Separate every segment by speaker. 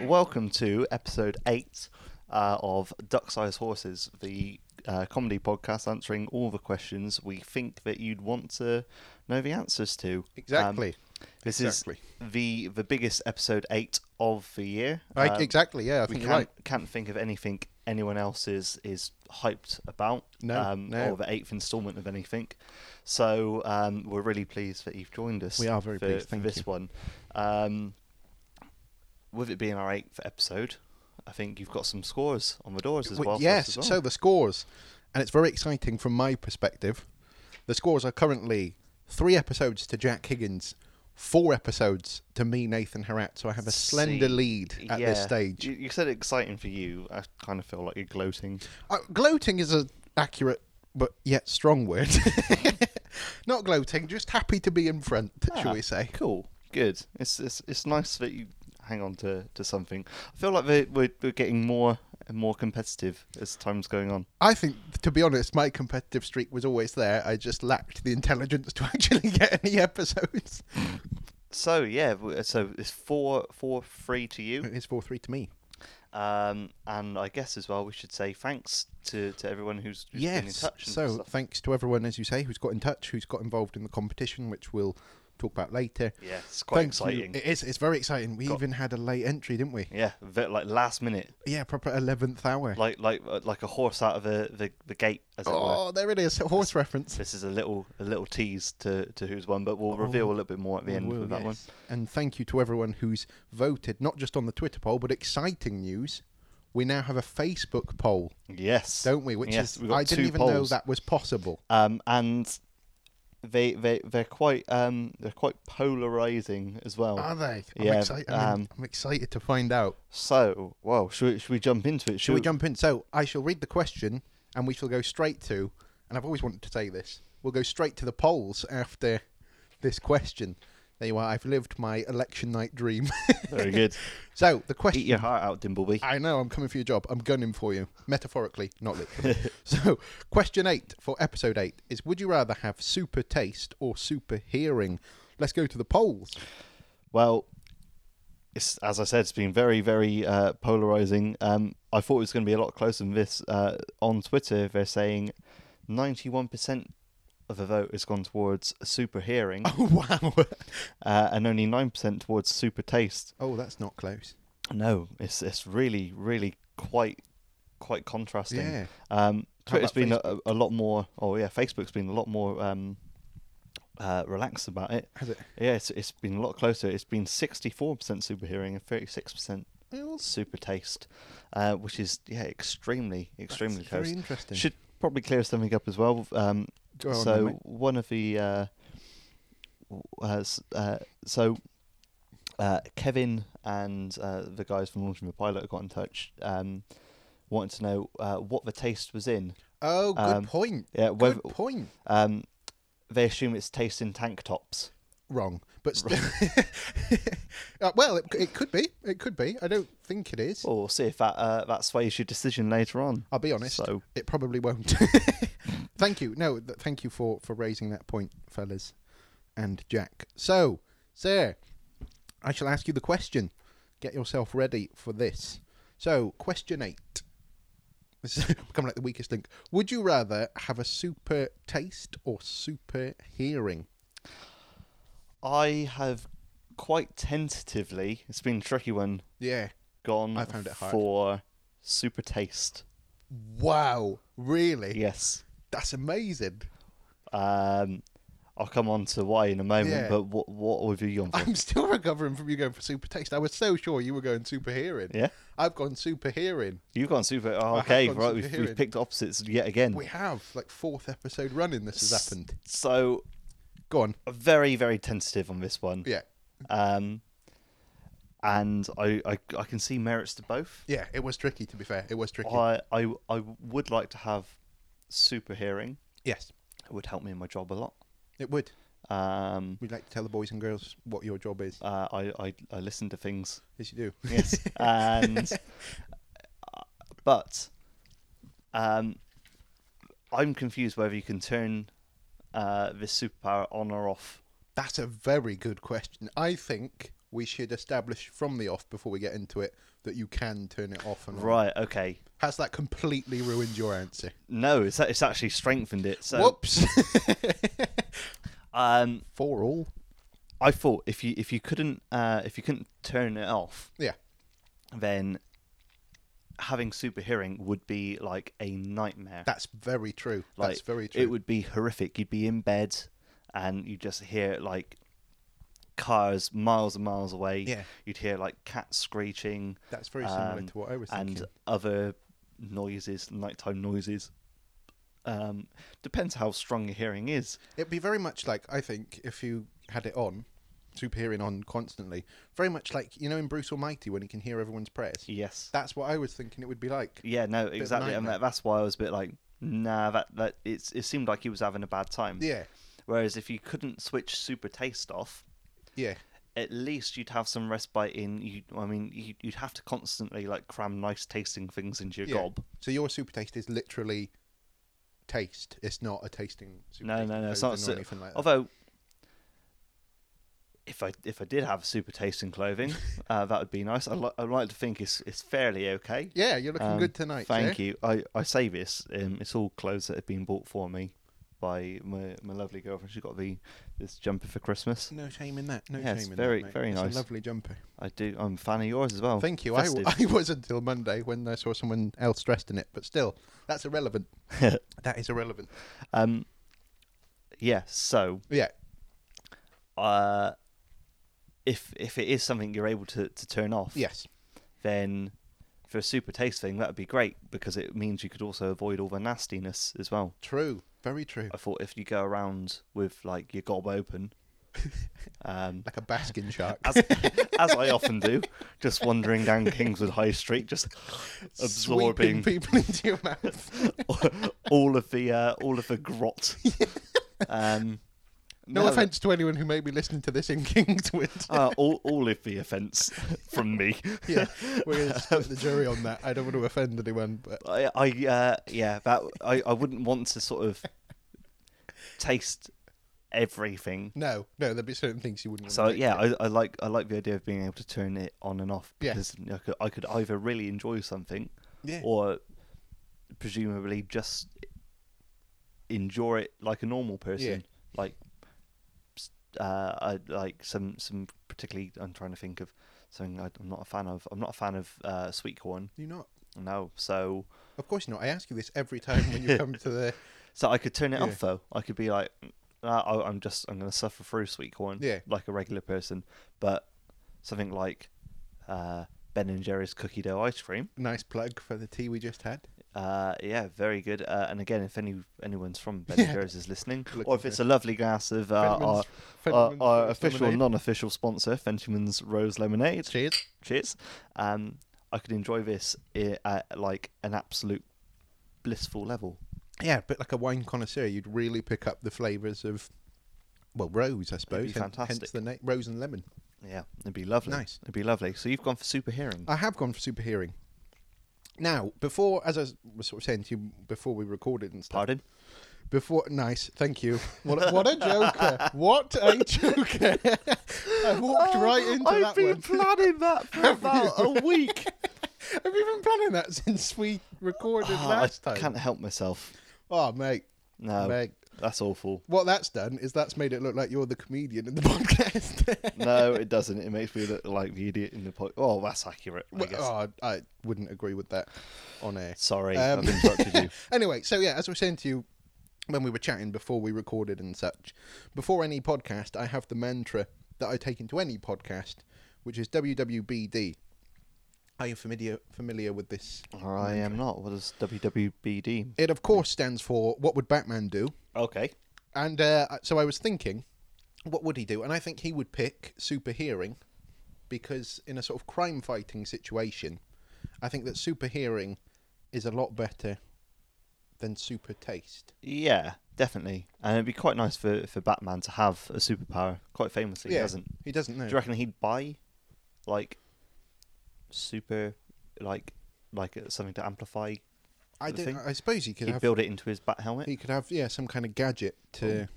Speaker 1: welcome to episode eight uh, of Duck Size Horses, the uh, comedy podcast answering all the questions we think that you'd want to know the answers to. Um,
Speaker 2: Exactly.
Speaker 1: this
Speaker 2: Exactly.
Speaker 1: is the the biggest episode eight of the year.
Speaker 2: Right,
Speaker 1: Um,
Speaker 2: exactly. Yeah, I
Speaker 1: We
Speaker 2: think
Speaker 1: can't,
Speaker 2: you're right.
Speaker 1: can't think of anything anyone else is, is hyped about. um,
Speaker 2: No, no.
Speaker 1: Or the eighth instalment of anything. So um, we're really pleased that you've joined us.
Speaker 2: We are very
Speaker 1: for,
Speaker 2: pleased,
Speaker 1: for
Speaker 2: thank
Speaker 1: this
Speaker 2: you.
Speaker 1: one. Um, with it being our eighth episode, I think you've got some scores on the doors as
Speaker 2: We-
Speaker 1: well. for us
Speaker 2: yes.
Speaker 1: as well.
Speaker 2: So the scores, and it's very exciting from my perspective. The scores are currently three episodes to Jack Higgins, four episodes to me, Nathan Harat. So I have a slender
Speaker 1: See,
Speaker 2: lead at this
Speaker 1: yeah.
Speaker 2: stage.
Speaker 1: You, you said exciting for you. I kind of feel like you're gloating.
Speaker 2: Uh, gloating is an accurate but yet strong word. Not gloating, just happy to be in front, shall
Speaker 1: Ah,
Speaker 2: we say?
Speaker 1: Cool. Good. It's it's it's nice that you hang on to, to something. I feel like we're, we're we're getting more and more competitive as time's going on.
Speaker 2: I think, to be honest, my competitive streak was always there. I just lacked the intelligence to actually get any episodes.
Speaker 1: So yeah, w- so it's four four three to you.
Speaker 2: It's 4 3 to me.
Speaker 1: Um, and I guess as well we should say thanks to, to everyone who's, who's been in
Speaker 2: yes.
Speaker 1: touch. And
Speaker 2: So
Speaker 1: stuff.
Speaker 2: thanks to everyone, as you say, who's got in touch, who's got involved in the competition, which we'll talk about later.
Speaker 1: yeah, it's quite
Speaker 2: Thank you.
Speaker 1: exciting.
Speaker 2: It is. It's very exciting. We
Speaker 1: Got-
Speaker 2: even had a late entry, didn't we?
Speaker 1: yeah, ve- like last minute,
Speaker 2: Yeah, proper eleventh hour.
Speaker 1: like like uh, like a horse out of the the, the gate as it were.
Speaker 2: oh, there it is. Horse reference.
Speaker 1: This is a little a little tease to, to who's won, but we'll reveal a little bit more at the
Speaker 2: Oh. We
Speaker 1: end
Speaker 2: will,
Speaker 1: with that one.
Speaker 2: yes. And thank you to everyone who's voted, not just on the Twitter poll, but exciting news. We now have a Facebook poll,
Speaker 1: Yes,
Speaker 2: don't we? Which
Speaker 1: yes,
Speaker 2: is
Speaker 1: we've got
Speaker 2: I didn't
Speaker 1: two
Speaker 2: even know
Speaker 1: polls.
Speaker 2: that was possible.
Speaker 1: Um, and they they they're quite um they're quite polarizing as well.
Speaker 2: Are they? I'm,
Speaker 1: Oh. yeah,
Speaker 2: excited. I'm,
Speaker 1: um,
Speaker 2: I'm excited to find out.
Speaker 1: So, well, should we, should we jump into it?
Speaker 2: Shall we jump in? So I shall read the question and we shall go straight to, and I've always wanted to say this, we'll go straight to the polls after this question. There you are. I've lived my election night dream.
Speaker 1: Very good.
Speaker 2: so the question
Speaker 1: Eat your heart out, Dimbleby.
Speaker 2: I know, I'm coming for your job. I'm gunning for you. Metaphorically, not literally. so, question eight for episode eight is Would you rather have super taste or super hearing? Let's go to the polls.
Speaker 1: Well, it's as I said, it's been very very uh, polarizing. Um, I thought it was going to be a lot closer than this. Uh, on Twitter, they're saying ninety one percent of the vote has gone towards super hearing,
Speaker 2: Oh, wow.
Speaker 1: uh, and only nine percent towards super taste.
Speaker 2: oh, that's not close.
Speaker 1: No, it's it's really really quite quite contrasting.
Speaker 2: Yeah.
Speaker 1: Um,
Speaker 2: How
Speaker 1: Twitter's
Speaker 2: about
Speaker 1: been a, a lot more. Oh yeah, Facebook's been a lot more um, uh, relaxed about it.
Speaker 2: Has it?
Speaker 1: Yeah, it's, it's been a lot closer. It's been sixty four percent super hearing and thirty six percent super taste, uh, which is yeah extremely extremely
Speaker 2: That's
Speaker 1: close.
Speaker 2: Very interesting.
Speaker 1: Should probably clear something up as well. Um,
Speaker 2: Go on then,
Speaker 1: so
Speaker 2: mate.
Speaker 1: one of the uh, w- uh, s- uh, so uh, Kevin and uh, the guys from launching the pilot got in touch, um, wanted to know uh, what the taste was in.
Speaker 2: oh, good
Speaker 1: um,
Speaker 2: point.
Speaker 1: Yeah, whether,
Speaker 2: good point.
Speaker 1: um, they assume it's taste in tank tops.
Speaker 2: Wrong. But st- Uh, well, it, it could be. It could be. I don't think it is.
Speaker 1: Well, we'll see if that uh, that sways your decision later on.
Speaker 2: I'll be honest.
Speaker 1: So
Speaker 2: It probably won't. thank you. No, th- thank you for for raising that point, fellas, and Jack. So, sir, I shall ask you the question. Get yourself ready for this. So, question eight. This is becoming like the weakest link. Would you rather have a super taste or super hearing?
Speaker 1: I have quite tentatively, it's been a tricky one,
Speaker 2: Yeah.
Speaker 1: gone
Speaker 2: I found it hard.
Speaker 1: for super taste.
Speaker 2: Wow. Really?
Speaker 1: Yes.
Speaker 2: That's amazing.
Speaker 1: Um, I'll come on to why in a moment,
Speaker 2: Yeah.
Speaker 1: but what what would you gone for?
Speaker 2: I'm still recovering from you going for super taste. I was so sure you were going super hearing.
Speaker 1: yeah,
Speaker 2: I've gone super hearing.
Speaker 1: you've gone super.
Speaker 2: I
Speaker 1: Oh,
Speaker 2: have
Speaker 1: okay,
Speaker 2: gone
Speaker 1: right, we've,
Speaker 2: superheroing.
Speaker 1: we've picked opposites yet again.
Speaker 2: We have like fourth episode running. This has
Speaker 1: S-
Speaker 2: happened.
Speaker 1: So
Speaker 2: Go on.
Speaker 1: very very tentative on this one.
Speaker 2: Yeah,
Speaker 1: Um, and I, I I can see merits to both.
Speaker 2: yeah. It was tricky. To be fair, it was tricky.
Speaker 1: I I I would like to have super hearing.
Speaker 2: yes,
Speaker 1: It would help me in my job a lot.
Speaker 2: it would.
Speaker 1: Um,
Speaker 2: We'd like to tell the boys and girls what your job is.
Speaker 1: uh, I, I I listen to things.
Speaker 2: Yes, you do.
Speaker 1: Yes, and uh, but um, I'm confused whether you can turn uh, this superpower on or off.
Speaker 2: That's a very good question. I think we should establish from the off before we get into it that you can turn it off and on.
Speaker 1: Right. Okay.
Speaker 2: Has that completely ruined your answer?
Speaker 1: No, it's it's actually strengthened it. So
Speaker 2: Whoops.
Speaker 1: um,
Speaker 2: For all.
Speaker 1: I thought if you if you couldn't uh, if you couldn't turn it off,
Speaker 2: Yeah.
Speaker 1: then having super hearing would be like a nightmare.
Speaker 2: That's very true.
Speaker 1: like
Speaker 2: That's very true.
Speaker 1: it would be horrific. You'd be in bed and you just hear like cars miles and miles away.
Speaker 2: Yeah.
Speaker 1: You'd hear like cats screeching.
Speaker 2: That's very similar
Speaker 1: um,
Speaker 2: to what I was
Speaker 1: and
Speaker 2: thinking.
Speaker 1: other noises, nighttime noises. Um, depends how strong your hearing is.
Speaker 2: It'd be very much like I think if you had it on, super hearing on constantly, very much like you know in Bruce Almighty when he can hear everyone's prayers.
Speaker 1: Yes.
Speaker 2: That's what I was thinking it would be like.
Speaker 1: yeah. No.
Speaker 2: of a
Speaker 1: Exactly. And
Speaker 2: nightmare.
Speaker 1: that, that's why I was a bit like, nah. That that it's it seemed like he was having a bad time.
Speaker 2: Yeah,
Speaker 1: Whereas if you couldn't switch super taste off,
Speaker 2: yeah,
Speaker 1: at least you'd have some respite in you i mean you- you'd have to constantly like cram nice tasting things into your
Speaker 2: yeah.
Speaker 1: gob
Speaker 2: So your super taste is literally taste. It's not a tasting. Super
Speaker 1: no
Speaker 2: taste
Speaker 1: no no it's
Speaker 2: clothing
Speaker 1: not
Speaker 2: or
Speaker 1: so,
Speaker 2: anything like that.
Speaker 1: although if i if i did have super tasting clothing uh, that would be nice I li- i'd like to think it's it's fairly okay
Speaker 2: yeah, you're looking
Speaker 1: Um,
Speaker 2: good tonight.
Speaker 1: thank you i i say this um it's all clothes that have been bought for me by my, my lovely girlfriend she got the this jumper for christmas
Speaker 2: No shame in that. No
Speaker 1: Yeah,
Speaker 2: shame
Speaker 1: it's
Speaker 2: in
Speaker 1: very-
Speaker 2: that. mate.
Speaker 1: very
Speaker 2: It's a
Speaker 1: nice.
Speaker 2: lovely jumper.
Speaker 1: i do i'm a fan of yours as well
Speaker 2: Thank you. I, w-
Speaker 1: Oh, Festive.
Speaker 2: I was until Monday when I saw someone else dressed in it, but still, that's irrelevant. that is irrelevant.
Speaker 1: um yeah so
Speaker 2: Yeah,
Speaker 1: uh, if if it is something you're able to, to turn off,
Speaker 2: yes.
Speaker 1: then for a super taste thing, that would be great because it means you could also avoid all the nastiness as well.
Speaker 2: True. Very true.
Speaker 1: I thought if you go around with like your gob open, um,
Speaker 2: Like a basking shark.
Speaker 1: as, as I often do, just wandering down Kingswood High Street, just
Speaker 2: Sweeping
Speaker 1: absorbing
Speaker 2: people into your mouth.
Speaker 1: all of the uh, all of the grot. um,
Speaker 2: No,
Speaker 1: that-
Speaker 2: offense to anyone who may be listening to this in Kingswood.
Speaker 1: Uh, all, all of the offence from me.
Speaker 2: yeah, we're going to split the jury on that. I don't want to offend anyone, but
Speaker 1: I, I uh, yeah, that I, I wouldn't want to sort of taste everything.
Speaker 2: no, no, there'd be certain things you wouldn't. want
Speaker 1: So
Speaker 2: to take.
Speaker 1: yeah, I, I like I like the idea of being able to turn it on and off
Speaker 2: Yeah.
Speaker 1: because I, could, I could either really enjoy something
Speaker 2: yeah,
Speaker 1: or presumably just enjoy it like a normal person, like s- uh, I like some some particularly. I'm trying to think of something I- I'm not a fan of. I'm not a fan of uh, sweet corn.
Speaker 2: you not.
Speaker 1: No, so
Speaker 2: Of course not. I ask you this every time when you come to the.
Speaker 1: So I could turn it
Speaker 2: Yeah.
Speaker 1: off though. I could be like, "Ah, I, I'm just I'm gonna suffer through sweet corn,
Speaker 2: Yeah.
Speaker 1: like a regular person. But something like uh, Ben and Jerry's cookie dough ice cream,
Speaker 2: Nice plug for the tea we just had.
Speaker 1: uh, yeah, very good. Uh, and again, if any anyone's from Ben
Speaker 2: Yeah.
Speaker 1: and Jerry's is listening,
Speaker 2: Looking
Speaker 1: or if
Speaker 2: for
Speaker 1: it's a lovely glass of uh, our,
Speaker 2: Fentimans-
Speaker 1: our,
Speaker 2: Fentimans
Speaker 1: our
Speaker 2: Rose
Speaker 1: official
Speaker 2: lemonade.
Speaker 1: non-official sponsor, Fentimans Rose Lemonade,
Speaker 2: Cheers.
Speaker 1: cheers. Um, I could enjoy this i- at like an absolute blissful level.
Speaker 2: Yeah, a bit like a wine connoisseur, you'd really pick up the flavours of, well, rose, I suppose.
Speaker 1: be
Speaker 2: hen- Hence
Speaker 1: fantastic.
Speaker 2: the na- rose and lemon.
Speaker 1: Yeah, it'd be lovely.
Speaker 2: Nice.
Speaker 1: It'd be lovely. So you've gone for super hearing.
Speaker 2: I have gone for super hearing. Now, before, as I s- was sort of saying to you before we recorded and stuff,
Speaker 1: Pardon?
Speaker 2: before, nice, thank you. What a, what a joker! What a joker! I walked right into
Speaker 1: Oh, I've
Speaker 2: that
Speaker 1: been
Speaker 2: one.
Speaker 1: planning that for about a week.
Speaker 2: Have you been planning that since we recorded last
Speaker 1: Oh, I
Speaker 2: time?
Speaker 1: can't help myself.
Speaker 2: Oh, mate,
Speaker 1: No,
Speaker 2: mate.
Speaker 1: that's awful.
Speaker 2: What that's done is that's made it look like you're the comedian in the podcast.
Speaker 1: No, it doesn't. It makes me look like the idiot in the podcast. Oh, that's accurate. I
Speaker 2: Well,
Speaker 1: guess.
Speaker 2: oh, I I wouldn't agree with that on air.
Speaker 1: Sorry,
Speaker 2: Um,
Speaker 1: I've interrupted you.
Speaker 2: anyway, so yeah, as I was saying to you when we were chatting before we recorded and such, before any podcast, I have the mantra that I take into any podcast, which is WWBD. Are you familiar familiar with this?
Speaker 1: Or I am not. What does WWBD?
Speaker 2: It of course stands for what would Batman do,
Speaker 1: Okay.
Speaker 2: and uh, so I was thinking, what would he do? And I think he would pick super hearing, because in a sort of crime fighting situation, I think that super hearing is a lot better than super taste.
Speaker 1: Yeah, definitely. And it'd be quite nice for, for Batman to have a superpower. Quite famously,
Speaker 2: Yeah.
Speaker 1: he doesn't.
Speaker 2: He doesn't know.
Speaker 1: Do you reckon he'd buy, like, super, like, like uh, something to amplify?
Speaker 2: I
Speaker 1: the
Speaker 2: don't.
Speaker 1: thing?
Speaker 2: I suppose he could
Speaker 1: He'd
Speaker 2: have.
Speaker 1: build it into his bat helmet.
Speaker 2: He could have yeah some kind of gadget to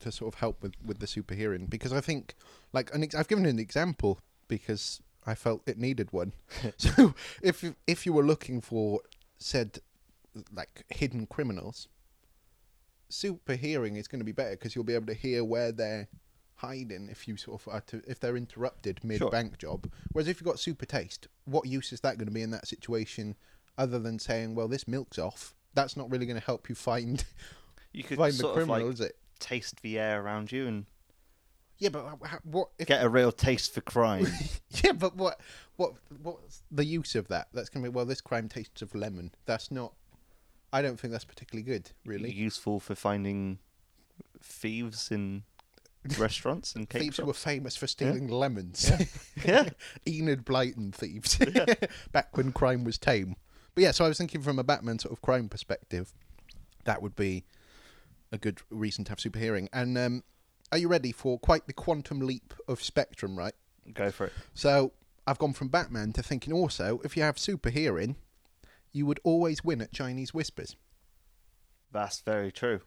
Speaker 2: to sort of help with with the super hearing because I think like an ex- I've given an example because I felt it needed one. so if you- if you were looking for said like hidden criminals, super hearing is going to be better because you'll be able to hear where they're hiding if you sort of are to, if they're interrupted mid bank job. Whereas if you've got super taste, what use is that going to be in that situation other than saying, well, this milk's off? That's not really going to help you find
Speaker 1: You could
Speaker 2: find the
Speaker 1: sort of
Speaker 2: criminal,
Speaker 1: like
Speaker 2: is it?
Speaker 1: taste the air around you and
Speaker 2: Yeah, but h- h- what if
Speaker 1: get a real taste for crime.
Speaker 2: Yeah, but what, what, what's the use of that? That's gonna be well. This crime tastes of lemon. That's not. I don't think that's particularly good, really.
Speaker 1: Useful for finding thieves in restaurants and cake
Speaker 2: Thieves who
Speaker 1: shops.
Speaker 2: were famous for stealing lemons.
Speaker 1: Yeah.
Speaker 2: Enid Blyton thieves. Back when crime was tame. But yeah, so I was thinking from a Batman sort of crime perspective, that would be a good reason to have super hearing. And um, are you ready for quite the quantum leap of spectrum, right?
Speaker 1: Go for it.
Speaker 2: So I've gone from Batman to thinking also, if you have super hearing, you would always win at Chinese whispers.
Speaker 1: That's very true.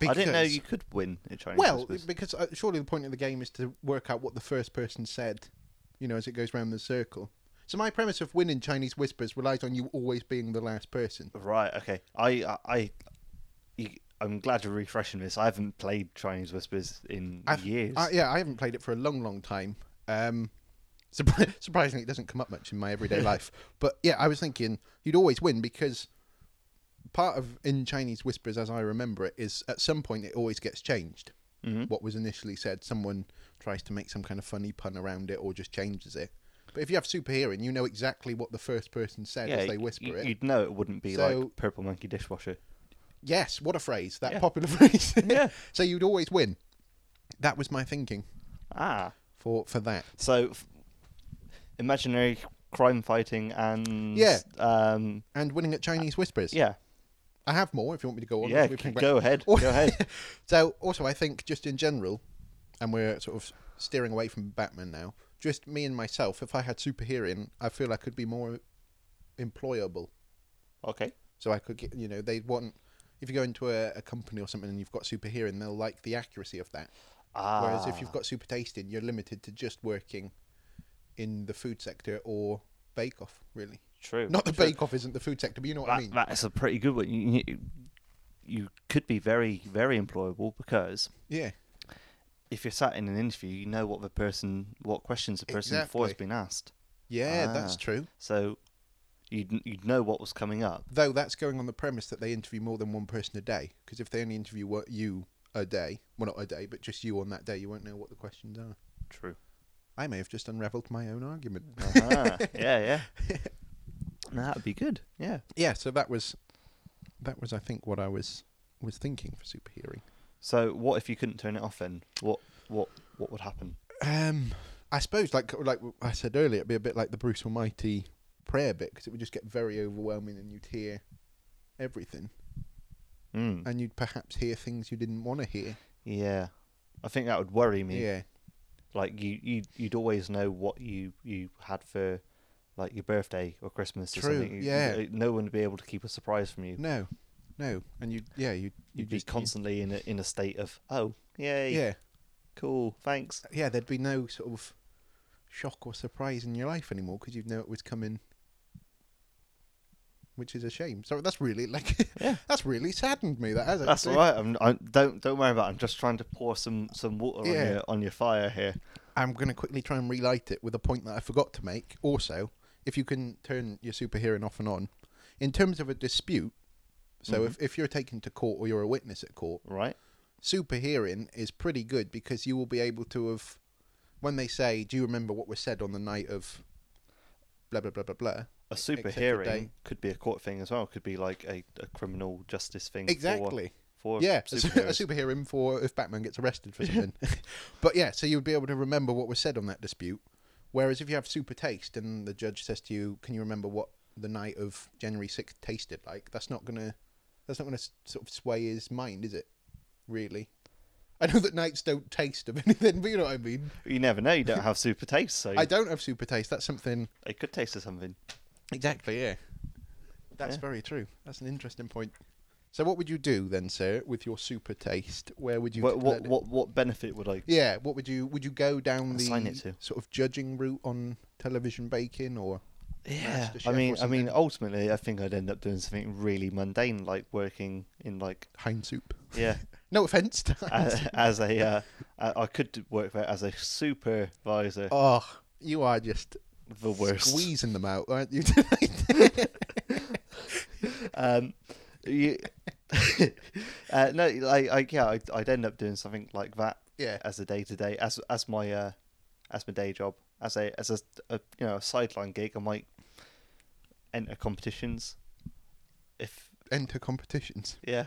Speaker 1: I didn't know you could win at Chinese
Speaker 2: Well,
Speaker 1: whispers.
Speaker 2: because uh, surely the point of the game is to work out what the first person said, you know, as it goes round the circle. So my premise of winning Chinese whispers relies on you always being the last person.
Speaker 1: Right. Okay. I. I. I you- I'm glad you're refreshing this. I haven't played Chinese whispers in
Speaker 2: I've-
Speaker 1: years.
Speaker 2: I, yeah, I haven't played it for a long, long time. Um, surpri- surprisingly, it doesn't come up much in my everyday life. But yeah, I was thinking you'd always win because part of in Chinese whispers, as I remember it, is at some point it always gets changed.
Speaker 1: Mm-hmm.
Speaker 2: What was initially said, someone tries to make some kind of funny pun around it or just changes it. But if you have super hearing, you know exactly what the first person said
Speaker 1: yeah,
Speaker 2: as they
Speaker 1: you-
Speaker 2: whisper
Speaker 1: you,
Speaker 2: it.
Speaker 1: would know it wouldn't be
Speaker 2: So-
Speaker 1: like Purple Monkey Dishwasher.
Speaker 2: Yes, what a phrase! That
Speaker 1: Yeah.
Speaker 2: popular phrase.
Speaker 1: Yeah.
Speaker 2: so you'd always win. That was my thinking
Speaker 1: Ah.
Speaker 2: for for that.
Speaker 1: So, f- imaginary crime fighting and
Speaker 2: Yeah.
Speaker 1: um,
Speaker 2: and winning at Chinese Whispers.
Speaker 1: yeah,
Speaker 2: I have more if you want me to go on.
Speaker 1: yeah.
Speaker 2: We
Speaker 1: c-
Speaker 2: can-
Speaker 1: Go ahead, go ahead.
Speaker 2: Oh, So, also, I think just in general, and we're sort of steering away from Batman now, just me and myself, if I had super hearing, I feel I could be more employable.
Speaker 1: Okay.
Speaker 2: So I could get, you know, they want, if you go into a, a company or something and you've got super hearing, they'll like the accuracy of that. Whereas
Speaker 1: Ah,
Speaker 2: if you've got super tasting, you're limited to just working in the food sector or bake off, really.
Speaker 1: true,
Speaker 2: Not the
Speaker 1: true.
Speaker 2: bake off isn't the food sector, but you know what I
Speaker 1: That,
Speaker 2: mean.
Speaker 1: that's a pretty good one. You, you, you could be very, very employable because
Speaker 2: Yeah.
Speaker 1: if you're sat in an interview, you know what the person, what questions the person before has
Speaker 2: Exactly.
Speaker 1: been asked.
Speaker 2: Yeah, that's
Speaker 1: Ah.
Speaker 2: true.
Speaker 1: So you'd you'd know what was coming up.
Speaker 2: Though that's going on the premise that they interview more than one person a day, because if they only interview what you a day, well not a day, but just you on that day, you won't know what the questions are.
Speaker 1: True.
Speaker 2: I may have just unravelled my own argument.
Speaker 1: Uh-huh. yeah, yeah. No, that'd be good. Yeah.
Speaker 2: yeah, so that was that was I think what I was was thinking for super hearing.
Speaker 1: So what if you couldn't turn it off then? What what what would happen?
Speaker 2: Um, I suppose like like I said earlier, it'd be a bit like the Bruce Almighty prayer bit because it would just get very overwhelming and you'd hear everything
Speaker 1: Mm.
Speaker 2: and you'd perhaps hear things you didn't want to hear.
Speaker 1: Yeah, I think that would worry me.
Speaker 2: Yeah.
Speaker 1: Like you, you, you'd always know what you you had for, like your birthday or Christmas or
Speaker 2: True,
Speaker 1: something. You- you-
Speaker 2: yeah.
Speaker 1: no one would be able to keep a surprise from you.
Speaker 2: No. No. And you yeah, you you
Speaker 1: You'd be
Speaker 2: just you-
Speaker 1: constantly in a, in a state of oh yay
Speaker 2: Yeah,
Speaker 1: cool thanks
Speaker 2: yeah. There'd be no sort of shock or surprise in your life anymore because you'd know it was coming, which is a shame. So that's really like
Speaker 1: Yeah.
Speaker 2: that's really saddened me. That has
Speaker 1: that's all
Speaker 2: actually.
Speaker 1: right. I'm, I'm don't don't worry about. It. I'm just trying to pour some some water
Speaker 2: Yeah.
Speaker 1: on your on your fire here.
Speaker 2: I'm going to quickly try and relight it with a point that I forgot to make. Also, if you can turn your super hearing off and on, in terms of a dispute. So
Speaker 1: Mm-hmm.
Speaker 2: if, if you're taken to court or you're a witness at court,
Speaker 1: Right?
Speaker 2: super hearing is pretty good because you will be able to have when they say, "Do you remember what was said on the night of?" Blah blah blah blah blah.
Speaker 1: A super
Speaker 2: Except for
Speaker 1: hearing
Speaker 2: day.
Speaker 1: could be a court thing as well. Could be like a, a criminal justice thing. for-
Speaker 2: Exactly.
Speaker 1: For,
Speaker 2: yeah, a su- a
Speaker 1: superheroes.
Speaker 2: superhero in for if Batman gets arrested for something. but yeah, so you would be able to remember what was said on that dispute. Whereas if you have super taste and the judge says to you, "Can you remember what the night of January 6th tasted like?" That's not gonna, that's not gonna s- sort of sway his mind, is it? Really. I know that nights don't taste of anything, but you know what I mean.
Speaker 1: You never know. You don't have super taste, so
Speaker 2: I don't have super taste. That's something.
Speaker 1: it could taste of something.
Speaker 2: Exactly. Yeah. That's
Speaker 1: Yeah.
Speaker 2: very true. That's an interesting point. So what would you do then, sir, with your super taste? Where would you?
Speaker 1: What
Speaker 2: let
Speaker 1: what
Speaker 2: it-
Speaker 1: what, what benefit would I?
Speaker 2: Yeah, what would you? Would you go down the
Speaker 1: Assign it to.
Speaker 2: sort of judging route on television baking, or
Speaker 1: Yeah,
Speaker 2: Master
Speaker 1: I mean,
Speaker 2: Chef or
Speaker 1: I mean,
Speaker 2: something.
Speaker 1: ultimately, I think I'd end up doing something really mundane, like working in like
Speaker 2: Hein soup?
Speaker 1: yeah,
Speaker 2: No offense. To Hein
Speaker 1: as,
Speaker 2: Soup.
Speaker 1: as a uh, I I could work there as a supervisor.
Speaker 2: oh, you are just
Speaker 1: the worst.
Speaker 2: squeezing them out, aren't you?
Speaker 1: Um, you, uh, no, like I, yeah, I'd, I'd end up doing something like that
Speaker 2: yeah.
Speaker 1: as a day to day, as as my uh, as my day job, as a as a, a you know a sideline gig. I might enter competitions. If
Speaker 2: Enter competitions.
Speaker 1: yeah,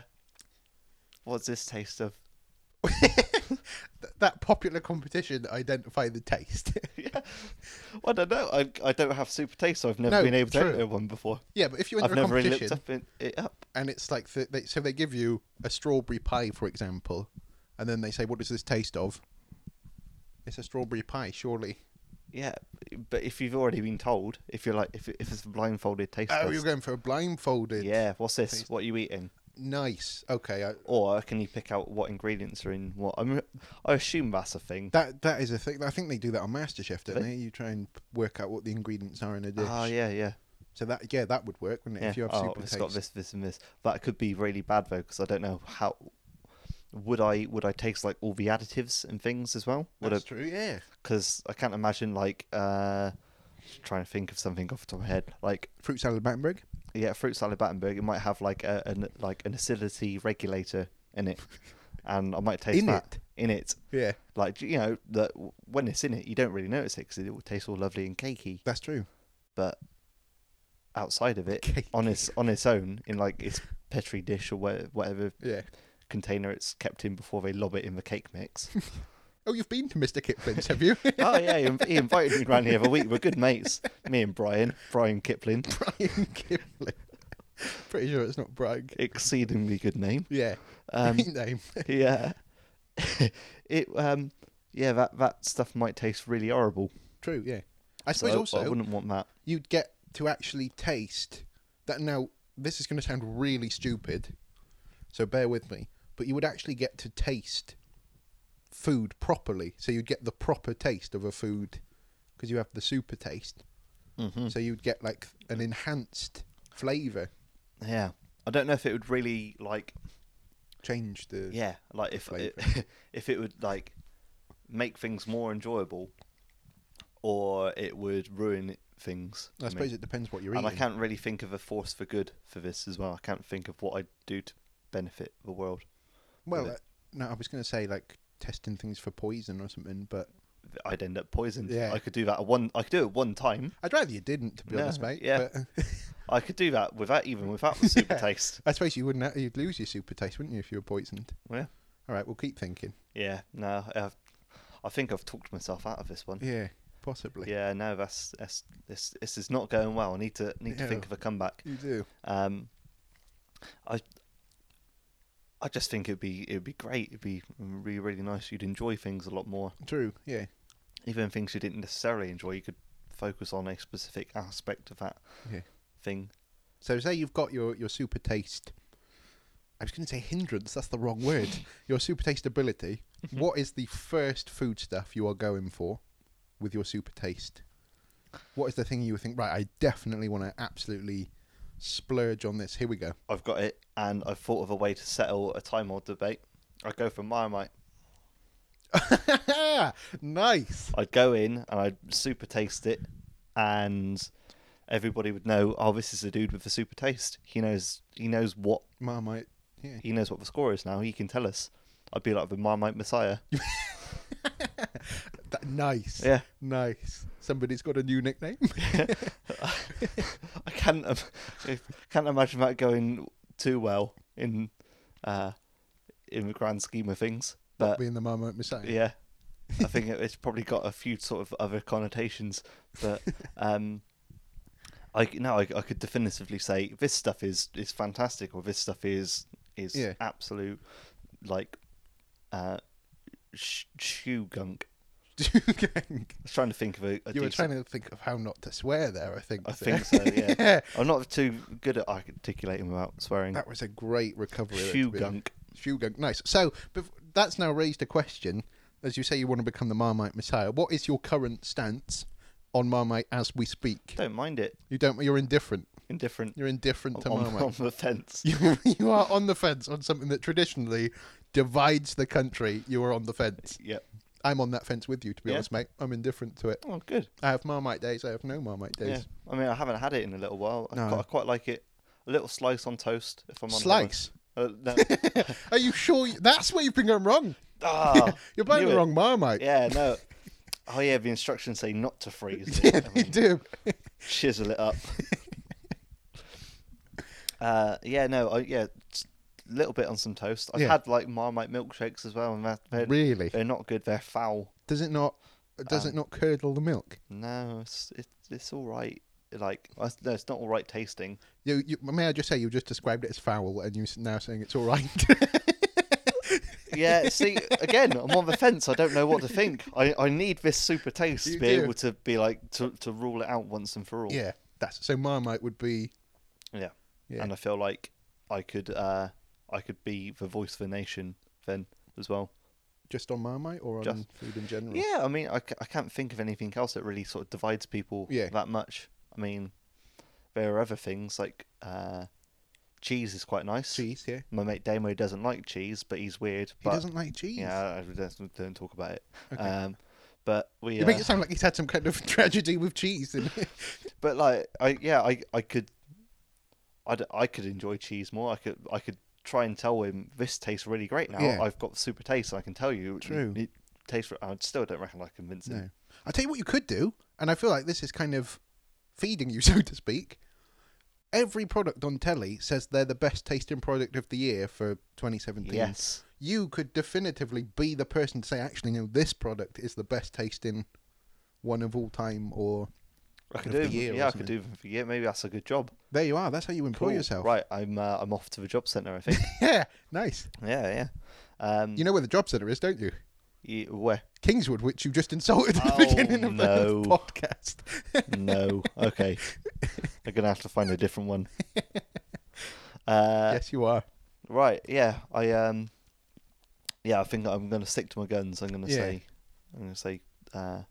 Speaker 1: what's this taste of?
Speaker 2: Th- that popular competition identify the taste.
Speaker 1: yeah, I don't know. I I don't have super taste, so I've never
Speaker 2: No,
Speaker 1: been able
Speaker 2: true.
Speaker 1: to enter one before.
Speaker 2: yeah, but if you enter
Speaker 1: I've
Speaker 2: a
Speaker 1: never really
Speaker 2: competition
Speaker 1: looked up in, it up.
Speaker 2: and it's like the, they, so they give you a strawberry pie, for example, and then they say, "What does this taste of?" It's a strawberry pie, surely.
Speaker 1: Yeah, but if you've already been told, if you're like if if it's a blindfolded taste
Speaker 2: Oh,
Speaker 1: test,
Speaker 2: you're going for a blindfolded.
Speaker 1: Yeah, what's this?
Speaker 2: Taste.
Speaker 1: What are you eating?
Speaker 2: Nice. Okay. I,
Speaker 1: Or can you pick out what ingredients are in what? I'm, I assume that's a thing.
Speaker 2: that that is a thing. I think they do that on MasterChef, don't
Speaker 1: They-
Speaker 2: they? You try and work out what the ingredients are in a dish.
Speaker 1: Oh yeah, yeah.
Speaker 2: So that yeah, that would work, wouldn't it?
Speaker 1: yeah.
Speaker 2: If you have
Speaker 1: oh,
Speaker 2: super
Speaker 1: it's
Speaker 2: taste.
Speaker 1: got this, this, and this. That could be really bad though, because I don't know how. Would I would I taste like all the additives and things as well? Would
Speaker 2: That's true. Yeah.
Speaker 1: because I can't imagine like uh, trying to think of something off the top of my head. Like
Speaker 2: Fruit salad Battenberg.
Speaker 1: yeah, fruit salad Battenberg. It might have like a an like an acidity regulator in it, and I might taste
Speaker 2: In
Speaker 1: that in it.
Speaker 2: Yeah.
Speaker 1: Like you know that when it's in it, you don't really notice it because it will taste all lovely and cakey.
Speaker 2: That's true.
Speaker 1: But outside of it, on its on its own, in like its petri dish or wha- whatever
Speaker 2: Yeah.
Speaker 1: container it's kept in before they lob it in the cake mix.
Speaker 2: Oh, you've been to Mr. Kipling's, have you?
Speaker 1: oh yeah, he, inv- he invited me round here the week. We're good mates, me and Brian, Brian Kipling,
Speaker 2: Brian Kipling. Pretty sure it's not Brian. Ki-
Speaker 1: exceedingly good name.
Speaker 2: Yeah.
Speaker 1: Um,
Speaker 2: Great name.
Speaker 1: yeah, it um yeah that that stuff might taste really horrible.
Speaker 2: True. Yeah. I
Speaker 1: So
Speaker 2: suppose also
Speaker 1: I wouldn't want that.
Speaker 2: you'd get to actually taste that. Now this is going to sound really stupid, so bear with me. But you would actually get to taste food properly. So you'd get the proper taste of a food because you have the super taste.
Speaker 1: Mm-hmm.
Speaker 2: So you'd get like an enhanced flavour.
Speaker 1: Yeah, I don't know if it would really like
Speaker 2: Change the
Speaker 1: yeah like if
Speaker 2: flavour.
Speaker 1: it, if it would like make things more enjoyable or it would ruin things
Speaker 2: I
Speaker 1: for
Speaker 2: suppose
Speaker 1: me.
Speaker 2: it depends what you're
Speaker 1: and
Speaker 2: eating.
Speaker 1: i can't really think of a force for good for this as well i can't think of what i do to benefit the world
Speaker 2: Well,
Speaker 1: with
Speaker 2: uh, no, I was going to say like testing things for poison or something, but
Speaker 1: i'd end up poisoned
Speaker 2: Yeah.
Speaker 1: i could do that at one i could do it one time
Speaker 2: I'd rather you didn't, to be
Speaker 1: No,
Speaker 2: honest, mate.
Speaker 1: yeah.
Speaker 2: But
Speaker 1: i could do that without even without the super
Speaker 2: Yeah.
Speaker 1: taste
Speaker 2: I suppose you wouldn't. ha- You'd lose your super taste, wouldn't you, if you were poisoned?
Speaker 1: yeah
Speaker 2: All right, we'll keep thinking.
Speaker 1: yeah no i i think i've talked myself out of this one
Speaker 2: Yeah, possibly.
Speaker 1: yeah no that's, that's this this is not going well i need to need to think
Speaker 2: No.
Speaker 1: of a comeback
Speaker 2: You do.
Speaker 1: Um, I I just think it'd be it'd be great. It'd be really really nice. You'd enjoy things a lot more,
Speaker 2: True. Yeah.
Speaker 1: even things you didn't necessarily enjoy. You could focus on a specific aspect of that
Speaker 2: Yeah.
Speaker 1: thing.
Speaker 2: So say you've got your your super taste. I was going to say hindrance. That's the wrong word. your super taste ability.
Speaker 1: Mm-hmm.
Speaker 2: what is the first food stuff you are going for with your super taste? What is the thing you would think? Right, I definitely want to absolutely splurge on this. Here we go.
Speaker 1: I've got it, and I've thought of a way to settle a time old debate. I'd go for Marmite.
Speaker 2: nice.
Speaker 1: I'd go in and I'd super taste it, and everybody would know. Oh, this is a dude with a super taste. He knows. He knows what.
Speaker 2: Marmite. Yeah.
Speaker 1: He knows what the score is now. He can tell us. I'd be like the Marmite Messiah.
Speaker 2: That, nice.
Speaker 1: Yeah.
Speaker 2: Nice. Somebody's got a new nickname.
Speaker 1: I can't im- I can't imagine that going too well in uh, in the grand scheme of things. But
Speaker 2: Being the Marmite Messiah.
Speaker 1: yeah, I think it- it's probably got a few sort of other connotations. But um, I c- no, I, I could definitively say this stuff is is fantastic, or this stuff is is
Speaker 2: Yeah.
Speaker 1: absolute like uh, sh- shoe gunk. I was trying to think of a. a
Speaker 2: you were
Speaker 1: decent-
Speaker 2: trying to think of how not to swear there, I think.
Speaker 1: I
Speaker 2: there.
Speaker 1: think so. Yeah. I'm not too good at articulating without swearing.
Speaker 2: That was a great recovery. there, to
Speaker 1: Shoe
Speaker 2: be honest.
Speaker 1: gunk.
Speaker 2: Shoe gunk. Nice. So bef- that's now raised a question. As you say, you want to become the Marmite Messiah. What is your current stance on Marmite as we speak?
Speaker 1: Don't mind it.
Speaker 2: You don't. You're indifferent.
Speaker 1: Indifferent.
Speaker 2: You're indifferent to
Speaker 1: on,
Speaker 2: Marmite.
Speaker 1: on the fence.
Speaker 2: You, you are on the fence on something that traditionally divides the country. You are on the fence.
Speaker 1: Yep.
Speaker 2: I'm on that fence with you, to be
Speaker 1: Yeah.
Speaker 2: honest, mate. I'm indifferent to it.
Speaker 1: Oh, good.
Speaker 2: I have Marmite days. I have no Marmite
Speaker 1: Yeah.
Speaker 2: days.
Speaker 1: I mean, I haven't had it in a little while. I,
Speaker 2: No.
Speaker 1: quite, I quite like it. A little slice on toast, if I'm on
Speaker 2: Slice.
Speaker 1: Uh, no.
Speaker 2: Are you sure? You, that's where you've been going wrong.
Speaker 1: ah,
Speaker 2: You're buying
Speaker 1: knew
Speaker 2: the
Speaker 1: it.
Speaker 2: wrong Marmite.
Speaker 1: Yeah, no. Oh yeah, the instructions say not to freeze
Speaker 2: Yeah,
Speaker 1: it. I
Speaker 2: they
Speaker 1: mean,
Speaker 2: do.
Speaker 1: chisel it up. uh, yeah, no, I, yeah, a little bit on some toast. I've
Speaker 2: Yeah.
Speaker 1: had like Marmite milkshakes as well, and they're, they're,
Speaker 2: Really?
Speaker 1: they're not good. They're foul.
Speaker 2: Does it not? Does
Speaker 1: uh,
Speaker 2: it not curdle the milk?
Speaker 1: No, it's it's, it's all right. Like I- no, it's not all right tasting.
Speaker 2: You, you, may I just say you just described it as foul, and you're now saying it's all right.
Speaker 1: Yeah, see, again, I'm on the fence. I don't know what to think. I, I need this super taste
Speaker 2: You
Speaker 1: to be
Speaker 2: do.
Speaker 1: able to be like to, to rule it out once and for all.
Speaker 2: yeah, that's so. Marmite would be
Speaker 1: Yeah.
Speaker 2: Yeah.
Speaker 1: And I feel like I could uh I could be the voice of the nation then as well.
Speaker 2: just on Marmite or on
Speaker 1: Just-
Speaker 2: food in general.
Speaker 1: Yeah, I mean I, ca- I can't think of anything else that really sort of divides people
Speaker 2: Yeah.
Speaker 1: that much. I mean there are other things like uh cheese is quite nice.
Speaker 2: cheese. Yeah,
Speaker 1: My mate Damo doesn't like cheese, but he's weird.
Speaker 2: he
Speaker 1: But
Speaker 2: doesn't like cheese.
Speaker 1: yeah, I, I don't, don't talk about it.
Speaker 2: Okay.
Speaker 1: Um but we
Speaker 2: You
Speaker 1: uh,
Speaker 2: make it sound like he's had some kind of tragedy with cheese. And
Speaker 1: but like I yeah I I could I'd, I could enjoy cheese more. I could I could try and tell him this tastes really great now.
Speaker 2: Yeah.
Speaker 1: I've got super taste. I can tell you
Speaker 2: True.
Speaker 1: It, it tastes. I still don't reckon I convinced him.
Speaker 2: no, I tell you what you could do, and I feel like this is kind of feeding you, so to speak. Every product on telly says they're the best tasting product of the year for 2017.
Speaker 1: Yes.
Speaker 2: you could definitively be the person to say, actually, no, this product is the best tasting one of all time, or
Speaker 1: I could
Speaker 2: of
Speaker 1: do.
Speaker 2: the year
Speaker 1: Them.
Speaker 2: or
Speaker 1: Yeah, I could
Speaker 2: something.
Speaker 1: do them for a year. Maybe that's a good job.
Speaker 2: there you are. That's how you employ
Speaker 1: Cool.
Speaker 2: yourself.
Speaker 1: Right. I'm uh, I'm off to the job centre. I think.
Speaker 2: Yeah, nice.
Speaker 1: yeah. Yeah. Um.
Speaker 2: You know where the job centre is, don't you?
Speaker 1: You where?
Speaker 2: Kingswood, which you just insulted at the
Speaker 1: Oh,
Speaker 2: beginning of
Speaker 1: no.
Speaker 2: the podcast.
Speaker 1: No. Okay. I'm gonna have to find a different one. Uh,
Speaker 2: yes, you are.
Speaker 1: Right, yeah. I um yeah, I think I'm gonna stick to my guns. I'm gonna
Speaker 2: Yeah.
Speaker 1: say I'm gonna say uh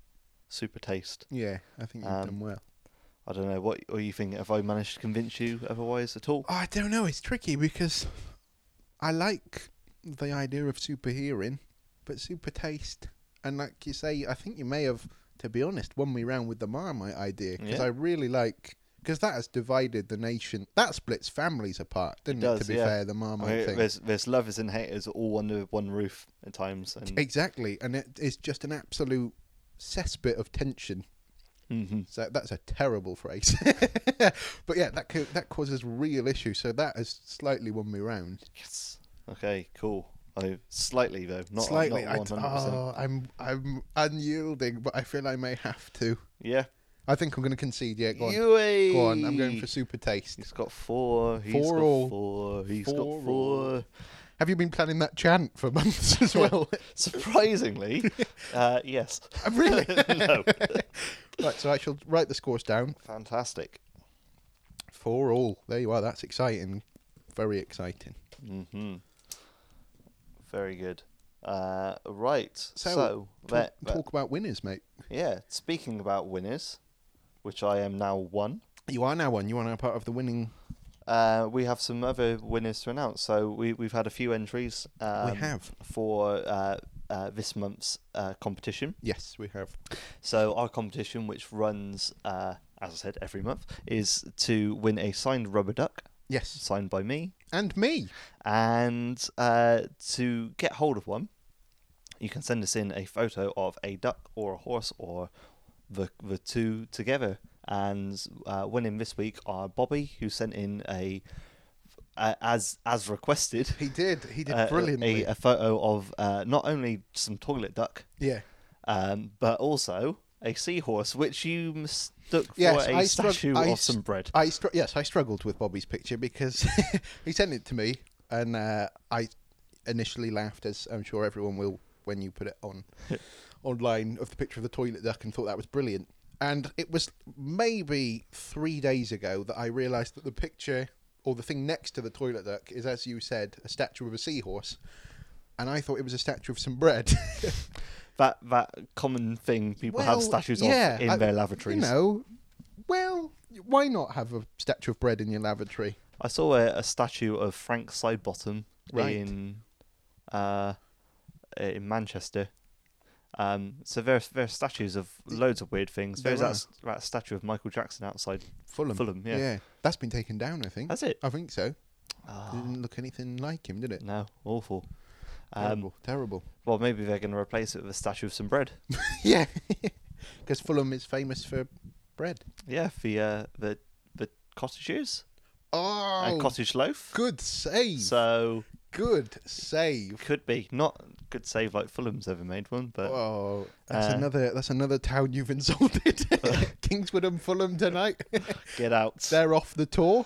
Speaker 1: super taste.
Speaker 2: Yeah, I think you've
Speaker 1: Um,
Speaker 2: done well.
Speaker 1: I don't know, what or you think have I managed to convince you otherwise at all?
Speaker 2: Oh, I don't know. It's tricky because I like the idea of super hearing, but super taste. And like you say, I think you may have, to be honest, won me round with the Marmite idea because
Speaker 1: Yeah.
Speaker 2: I really like. Because that has divided the nation. That splits families apart, didn't it?
Speaker 1: does,
Speaker 2: to be
Speaker 1: yeah.
Speaker 2: fair, the
Speaker 1: I
Speaker 2: Marmite
Speaker 1: mean,
Speaker 2: thing.
Speaker 1: there's there's lovers and haters all under one roof at times and
Speaker 2: Exactly. And it is just an absolute cesspit of tension.
Speaker 1: hmm
Speaker 2: So that's a terrible phrase. but yeah, that, co- that causes real issues. So that has slightly won me round.
Speaker 1: yes. Okay, cool. I slightly though, not
Speaker 2: slightly.
Speaker 1: not
Speaker 2: I,
Speaker 1: one hundred percent.
Speaker 2: oh, I'm I'm unyielding, but I feel I may have to.
Speaker 1: Yeah.
Speaker 2: I think I'm going to concede. Yeah, go on.
Speaker 1: Yay!
Speaker 2: Go on. I'm going for super taste.
Speaker 1: He's got four. He's
Speaker 2: Four
Speaker 1: got
Speaker 2: all.
Speaker 1: four. He's
Speaker 2: Four
Speaker 1: got four.
Speaker 2: Have you been planning that chant for months as well?
Speaker 1: Surprisingly, uh, yes.
Speaker 2: Uh, really?
Speaker 1: no.
Speaker 2: right. So I shall write the scores down.
Speaker 1: Fantastic.
Speaker 2: Four all. There you are. That's exciting. Very exciting.
Speaker 1: hmm Very good. Uh, right. So,
Speaker 2: So,
Speaker 1: that,
Speaker 2: talk,
Speaker 1: that-
Speaker 2: talk about winners, mate.
Speaker 1: yeah. Speaking about winners, which I am now one.
Speaker 2: You are now one. You are now part of the winning.
Speaker 1: Uh, we have some other winners to announce. So we we've had a few entries. Um,
Speaker 2: have.
Speaker 1: for uh, uh, this month's uh, competition.
Speaker 2: Yes, we have.
Speaker 1: So our competition, which runs uh, as I said every month, is to win a signed rubber duck
Speaker 2: Yes,
Speaker 1: signed by me
Speaker 2: and me.
Speaker 1: And uh, to get hold of one, you can send us in a photo of a duck or a horse or the, the two together. And uh, winning this week are Bobby, who sent in a, uh, as as requested,
Speaker 2: He did. He did
Speaker 1: uh,
Speaker 2: brilliantly.
Speaker 1: a, a photo of uh, not only some toilet duck,
Speaker 2: yeah.
Speaker 1: um, but also a seahorse, which you mistook for
Speaker 2: Yes,
Speaker 1: a
Speaker 2: I strugg-
Speaker 1: statue
Speaker 2: I
Speaker 1: of
Speaker 2: s-
Speaker 1: some bread.
Speaker 2: I str- yes, I struggled with Bobby's picture because he sent it to me, and uh, I initially laughed, as I'm sure everyone will when you put it on online of the picture of the toilet duck and thought that was brilliant. And it was maybe three days ago that I realised that the picture or the thing next to the toilet duck is, as you said, a statue of a seahorse. And I thought it was a statue of some bread.
Speaker 1: That that common thing people have
Speaker 2: Well,
Speaker 1: statues
Speaker 2: yeah,
Speaker 1: of in
Speaker 2: I-
Speaker 1: their
Speaker 2: you
Speaker 1: lavatories.
Speaker 2: know, well, why not have a statue of bread in your lavatory?
Speaker 1: I saw a, a statue of Frank Sidebottom
Speaker 2: Right.
Speaker 1: in uh, in Manchester. Um, so there's there's statues of loads of weird things.
Speaker 2: There
Speaker 1: There's that, s- that statue of Michael Jackson outside.
Speaker 2: Fulham.
Speaker 1: Fulham, yeah.
Speaker 2: That's been taken down, I think.
Speaker 1: That's it.
Speaker 2: I think so.
Speaker 1: Ah,
Speaker 2: Didn't look anything like him, did it?
Speaker 1: no, awful. Um,
Speaker 2: Terrible. Terrible.
Speaker 1: well, maybe they're going to replace it with a statue of some bread.
Speaker 2: yeah. Because Fulham is famous for bread.
Speaker 1: Yeah, the uh, the the cottages
Speaker 2: Oh,
Speaker 1: and cottage loaf.
Speaker 2: good save.
Speaker 1: So
Speaker 2: good save.
Speaker 1: could be not good save like Fulham's ever made one, but
Speaker 2: Oh, that's
Speaker 1: uh,
Speaker 2: another that's another town you've insulted. Kingswood and Fulham tonight.
Speaker 1: get out.
Speaker 2: They're off the tour.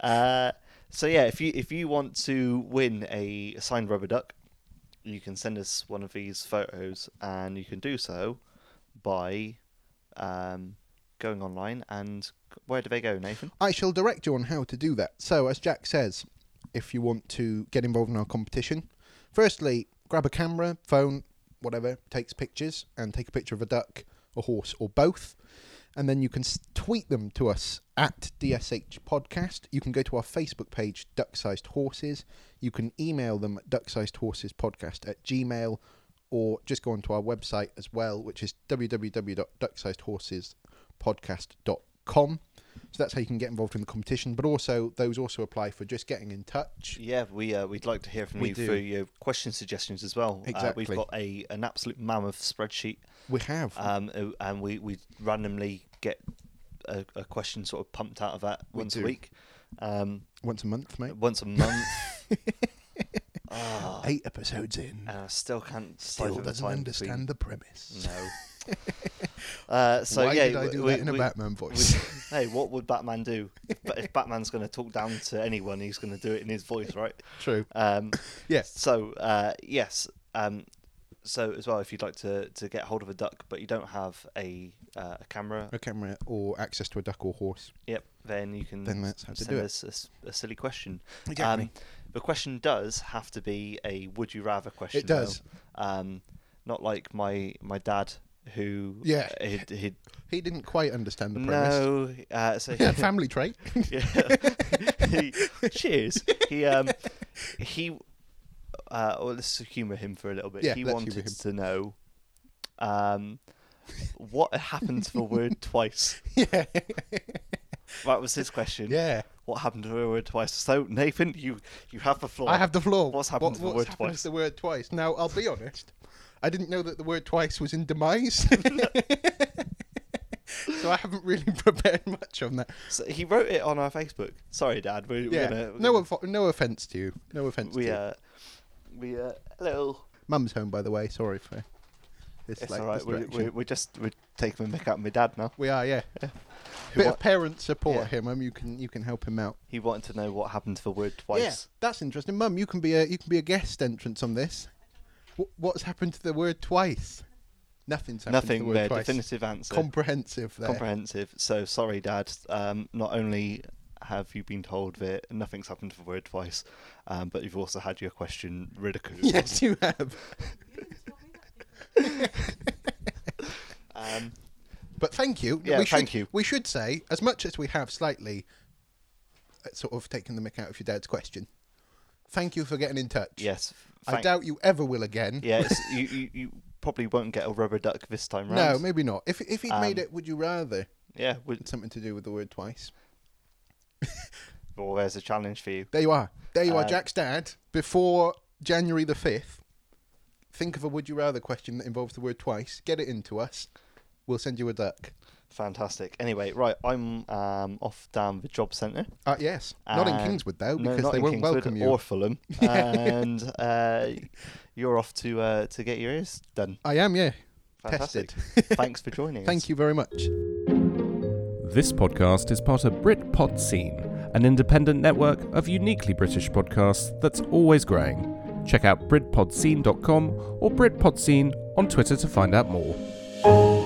Speaker 1: Uh, so yeah, if you if you want to win a signed rubber duck, you can send us one of these photos, and you can do so by um, going online. And where do they go, Nathan?
Speaker 2: I shall direct you on how to do that. So, as Jack says, if you want to get involved in our competition, firstly, grab a camera, phone, whatever, takes pictures, and take a picture of a duck, a horse, or both. And then you can s- tweet them to us at DSH Podcast. You can go to our Facebook page, Duck Sized Horses. You can email them at ducksizedhorsespodcast at gmail, or just go onto our website as well, which is www.ducksizedhorsespodcast.com. So that's how you can get involved in the competition. But also, those also apply for just getting in touch.
Speaker 1: Yeah, we uh, we'd like to hear from
Speaker 2: We
Speaker 1: you
Speaker 2: do.
Speaker 1: for your question suggestions as well. Uh,
Speaker 2: Exactly.
Speaker 1: we've got a an absolute mammoth spreadsheet,
Speaker 2: We have.
Speaker 1: um, uh, and we we randomly get a, a question sort of pumped out of that
Speaker 2: We
Speaker 1: once a
Speaker 2: do.
Speaker 1: week, um,
Speaker 2: Once a month, mate.
Speaker 1: once a month. Ah.
Speaker 2: Eight episodes in.
Speaker 1: and I still can't
Speaker 2: Still
Speaker 1: decipher the
Speaker 2: doesn't
Speaker 1: time
Speaker 2: understand the premise.
Speaker 1: between- Mm. No. uh, so
Speaker 2: Why
Speaker 1: yeah,
Speaker 2: did I do
Speaker 1: we-
Speaker 2: that in a
Speaker 1: we-
Speaker 2: Batman
Speaker 1: we-
Speaker 2: voice?
Speaker 1: hey, what would Batman do? But if Batman's going to talk down to anyone, he's going to do it in his voice, right?
Speaker 2: True.
Speaker 1: Um,
Speaker 2: Yes.
Speaker 1: So uh, yes. Um, so as well, if you'd like to, to get hold of a duck, but you don't have a uh, a camera,
Speaker 2: A camera or access to a duck or horse.
Speaker 1: yep, then you can
Speaker 2: Then that's how to
Speaker 1: send
Speaker 2: do it.
Speaker 1: us a s- a, silly question.
Speaker 2: Exactly.
Speaker 1: Um, the question does have to be a would you rather question.
Speaker 2: It does.
Speaker 1: though. Um, not like my my dad who
Speaker 2: Yeah.
Speaker 1: he'd, he'd
Speaker 2: He didn't quite understand the premise.
Speaker 1: no uh, so
Speaker 2: Yeah, family trait.
Speaker 1: yeah. he, cheers. He um he uh well let's humour him for a little bit.
Speaker 2: Yeah,
Speaker 1: he
Speaker 2: let's
Speaker 1: wanted
Speaker 2: humour him.
Speaker 1: to know um what happened to the word twice.
Speaker 2: yeah.
Speaker 1: That was his question.
Speaker 2: Yeah.
Speaker 1: What happened to the word twice? So Nathan, you you have the floor.
Speaker 2: I have the floor.
Speaker 1: What's happened to the
Speaker 2: what's
Speaker 1: word
Speaker 2: happened to
Speaker 1: twice?
Speaker 2: the word twice? Now, I'll be honest. I didn't know that the word twice was in demise. so I haven't really prepared much on that.
Speaker 1: So he wrote it on our Facebook. Sorry, Dad. We're, we're
Speaker 2: Yeah.
Speaker 1: gonna
Speaker 2: no, offo- no offense to you. No offense
Speaker 1: we
Speaker 2: to you.
Speaker 1: uh we uh hello.
Speaker 2: Mum's home, by the way. Sorry for this.
Speaker 1: It's
Speaker 2: like,
Speaker 1: all right. We're,
Speaker 2: distraction.
Speaker 1: we're, we're just we're taking the mick out of my dad now.
Speaker 2: We are, yeah.
Speaker 1: Who
Speaker 2: Bit
Speaker 1: wa-
Speaker 2: of parent support
Speaker 1: Yeah.
Speaker 2: here, Mum. You can you can help him out.
Speaker 1: he wanted to know what happened to the word twice.
Speaker 2: Yeah, that's interesting, Mum. You can be a you can be a guest entrance on this. Wh- what's happened to the word twice? Nothing's happened to
Speaker 1: Nothing
Speaker 2: the word
Speaker 1: there.
Speaker 2: twice.
Speaker 1: Definitive answer.
Speaker 2: Comprehensive there.
Speaker 1: Comprehensive. So sorry, Dad. Um, not only have you been told that nothing's happened to the word twice, um, but you've also had your question ridiculed.
Speaker 2: yes, you have.
Speaker 1: Um,
Speaker 2: But thank you.
Speaker 1: Yeah,
Speaker 2: we should,
Speaker 1: thank you.
Speaker 2: We should say, as much as we have slightly uh, sort of taken the mick out of your dad's question, thank you for getting in touch.
Speaker 1: yes.
Speaker 2: I
Speaker 1: thank-
Speaker 2: doubt you ever will again.
Speaker 1: Yeah, it's- you, you, you probably won't get a rubber duck this time round.
Speaker 2: No, maybe not. If if he'd made
Speaker 1: Um,
Speaker 2: it, would you rather?
Speaker 1: Yeah. Would,
Speaker 2: It's something to do with the word twice.
Speaker 1: well, there's a challenge for you.
Speaker 2: There you are. There you are,
Speaker 1: Uh,
Speaker 2: Jack's dad. Before January the fifth, think of a would you rather question that involves the word twice. Get it into us. We'll send you a duck.
Speaker 1: Fantastic. Anyway, right. I'm um, off down the job centre.
Speaker 2: Uh, yes, not in
Speaker 1: and-
Speaker 2: Kingswood though,
Speaker 1: no,
Speaker 2: because
Speaker 1: not
Speaker 2: they
Speaker 1: in
Speaker 2: won't
Speaker 1: Kingswood
Speaker 2: welcome you.
Speaker 1: Or Fulham, and uh, you're off to uh, to get your ears done.
Speaker 2: I am, yeah.
Speaker 1: Fantastic.
Speaker 2: Tested.
Speaker 1: Thanks for joining us.
Speaker 2: Thank you very much.
Speaker 3: This podcast is part of Britpod Scene, an independent network of uniquely British podcasts that's always growing. Check out BritpodScene.com or BritpodScene on on Twitter to find out more.